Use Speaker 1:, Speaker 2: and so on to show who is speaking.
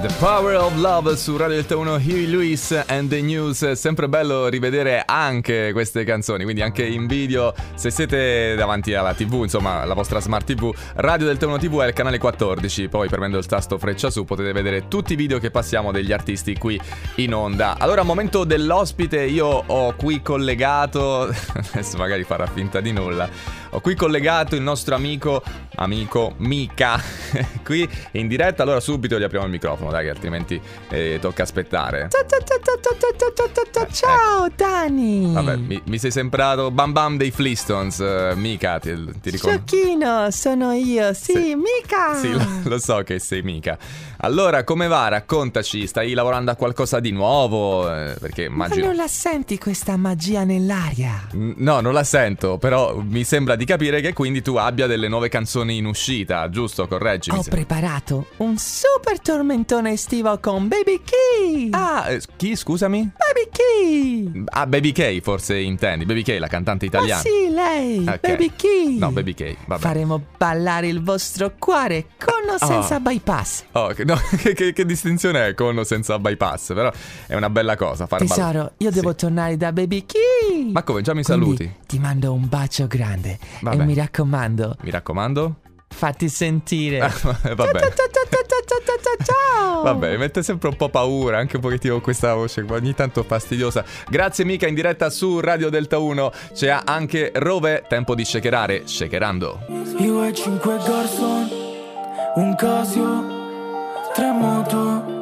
Speaker 1: The Power of Love su Radio Delta 1 Huey Lewis and the News Sempre bello rivedere anche queste canzoni Quindi anche in video Se siete davanti alla tv Insomma alla vostra smart tv Radio Delta 1 TV è il canale 14 Poi premendo il tasto freccia su Potete vedere tutti i video che passiamo Degli artisti qui in onda Allora momento dell'ospite Io ho qui collegato Adesso magari farà finta di nulla Ho qui collegato il nostro amico Amico Mika Qui in diretta Allora subito gli apriamo il microfono Dai che altrimenti eh, tocca aspettare
Speaker 2: Ciao, ciao, ciao, ciao, ciao, ciao, ciao, ciao, ciao,
Speaker 1: Eh,
Speaker 2: ciao, Dani.
Speaker 1: Vabbè, mi, mi sei sembrato Bam Bam dei Flistons, mica, ti, ti
Speaker 2: Cioè,
Speaker 1: ricordo.
Speaker 2: Sciocchino, sono io. Sì,
Speaker 1: Sì.
Speaker 2: mica.
Speaker 1: Sì, lo, lo so che sei mica. Allora, come va? Raccontaci, stai lavorando a qualcosa di nuovo? Eh, Perché
Speaker 2: Ma
Speaker 1: immagino...
Speaker 2: non la senti questa magia nell'aria?
Speaker 1: N- No, non la sento, però mi sembra di capire che quindi tu abbia delle nuove canzoni in uscita, giusto? Correggimi.
Speaker 2: Ho
Speaker 1: se-
Speaker 2: preparato un super tormentone estivo con Baby Key.
Speaker 1: ah, eh, chi, scusami?
Speaker 2: Baby Key.
Speaker 1: Ah, Baby K forse intendi, Baby K, la cantante
Speaker 2: Ma
Speaker 1: italiana.
Speaker 2: Ah, sì, lei.
Speaker 1: Ok.
Speaker 2: Baby Key.
Speaker 1: No, Baby K, vabbè.
Speaker 2: Faremo ballare il vostro cuore con o
Speaker 1: Ah.
Speaker 2: senza bypass.
Speaker 1: Oh, che, no, che, che- che distinzione è con o senza bypass? Però è una bella cosa far ball-
Speaker 2: Tesoro, io
Speaker 1: Sì.
Speaker 2: devo tornare da Baby Key.
Speaker 1: Ma come, già mi
Speaker 2: Quindi
Speaker 1: saluti?
Speaker 2: Ti mando un bacio grande.
Speaker 1: Vabbè.
Speaker 2: E mi raccomando,
Speaker 1: Mi raccomando?
Speaker 2: fatti sentire.
Speaker 1: Ah,
Speaker 2: Ciao, ciao,
Speaker 1: Vabbè.
Speaker 2: ciao, ciao, ciao, ciao, ciao, ciao, ciao.
Speaker 1: Vabbè, mi mette sempre un po' paura, anche un pochettino questa voce qua, ogni tanto fastidiosa. Grazie mica, in diretta su Radio Delta 1 c'è anche Rove, tempo di shakerare, shakerando.
Speaker 3: Io e cinque Garson, un Casio, tre moto,